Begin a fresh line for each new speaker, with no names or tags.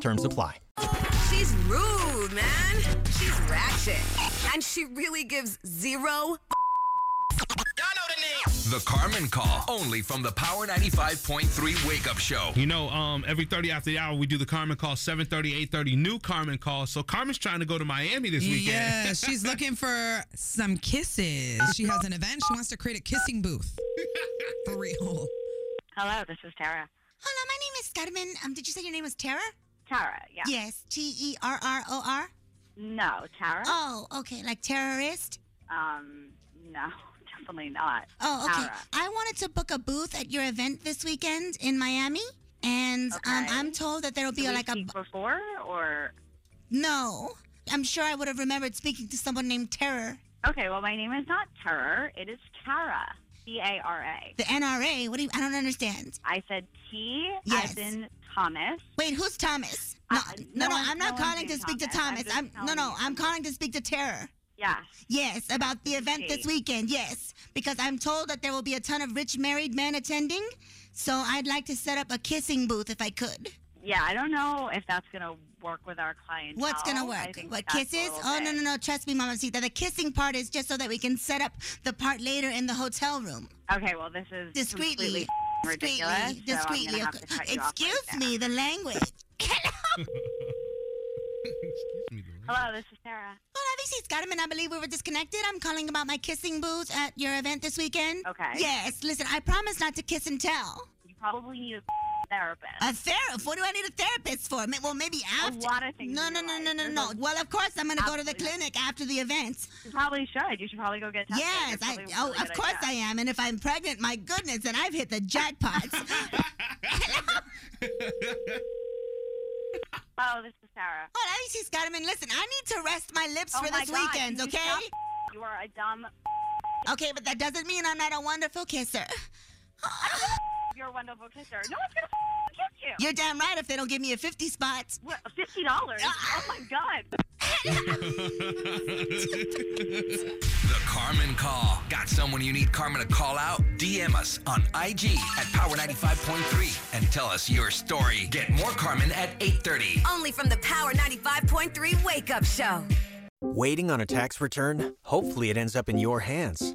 Terms apply.
She's rude, man. She's ratchet. And she really gives zero.
The Carmen Call, only from the Power 95.3 Wake Up Show.
You know, um, every 30 after the hour, we do the Carmen Call, 7.30, 8.30, new Carmen Call. So Carmen's trying to go to Miami this weekend.
Yeah, she's looking for some kisses. She has an event. She wants to create a kissing booth. For real.
Hello, this is Tara.
Hello, my name is Carmen. Um, did you say your name was Tara?
Tara, yeah. Uh-huh.
Yes, T E R R O R.
No, Tara?
Oh, okay, like terrorist.
Um, no, definitely not.
Oh, okay.
Tara.
I wanted to book a booth at your event this weekend in Miami, and um,
Okay.
I'm told that there will be
Did we
like a
speak before or
no. I'm sure I would have remembered speaking to someone named Terror.
Okay, well my name is not Tara, it is Tara. T A R A.
The NRA. What do you? I don't understand.
I said T
Yes.
as in Thomas.
Wait, who's Thomas? No,
Uh,
no,
no
no,
one-
I'm not
no one
calling to
named
speak to
Thomas. I'm
Thomas.
just
I'm, no,
telling
no,
you.
I'm calling to speak to Terror.
Yeah.
Yes, about the event this
Great.
weekend. Yes, because I'm told that there will be a ton of rich married men attending. So I'd like to set up a kissing booth if I could.
Yeah, I don't know if that's gonna work with our clientele.
What's gonna
Oh, I
work?
think
What
that's a
kisses?
little
Oh
bit-
no no no! Trust me, Mama Mamacita. The kissing part is just so that we can set up the part later in the hotel room
Okay, well this is
discreetly,
completely
discreetly,
ridiculous. so I'm gonna
discreetly.
have to cut you off right
Excuse
there.
me, the language. Hello,
Excuse me, though.
Hello, this is Tara.
well, obviously it's Scottiman. I believe we were disconnected. I'm calling about my kissing booth at your event this weekend.
Okay.
Yes, listen. I promise not to kiss and tell.
You probably need a therapist.
A therapist? What do I need a therapist for? Ma- Well, maybe after.
lot of things
No,
in
no,
your
no,
life.
no, no,
There's
no.
a-
Well, of course I'm going to go to the
Absolutely.
clinic after the event.
You probably should. You should probably go get tested.
Yes,
You're
I.
probably
Oh,
really
of
good at
course
that.
I am. And if I'm pregnant, my goodness, then I've hit the jackpot.
Oh, this is Sarah.
well, Alicia Scottiman, listen, I need to rest my lips
Oh
for
my
this
God,
weekend,
can you
okay?
stop? You are a dumb.
Okay, but that doesn't mean I'm not a wonderful kisser.
You're a wonderful kisser. No one's gonna kiss you.
You're damn right if they don't give me a 50 spot.
What, Fifty dollars. Oh my God.
The Carmen Call. Got someone you need Carmen to call out? DM us on IG at Power 95.3 and tell us your story. Get more Carmen at 8.30.
Only from the Power 95.3 Wake Up Show.
Waiting on a tax return? Hopefully, it ends up in your hands.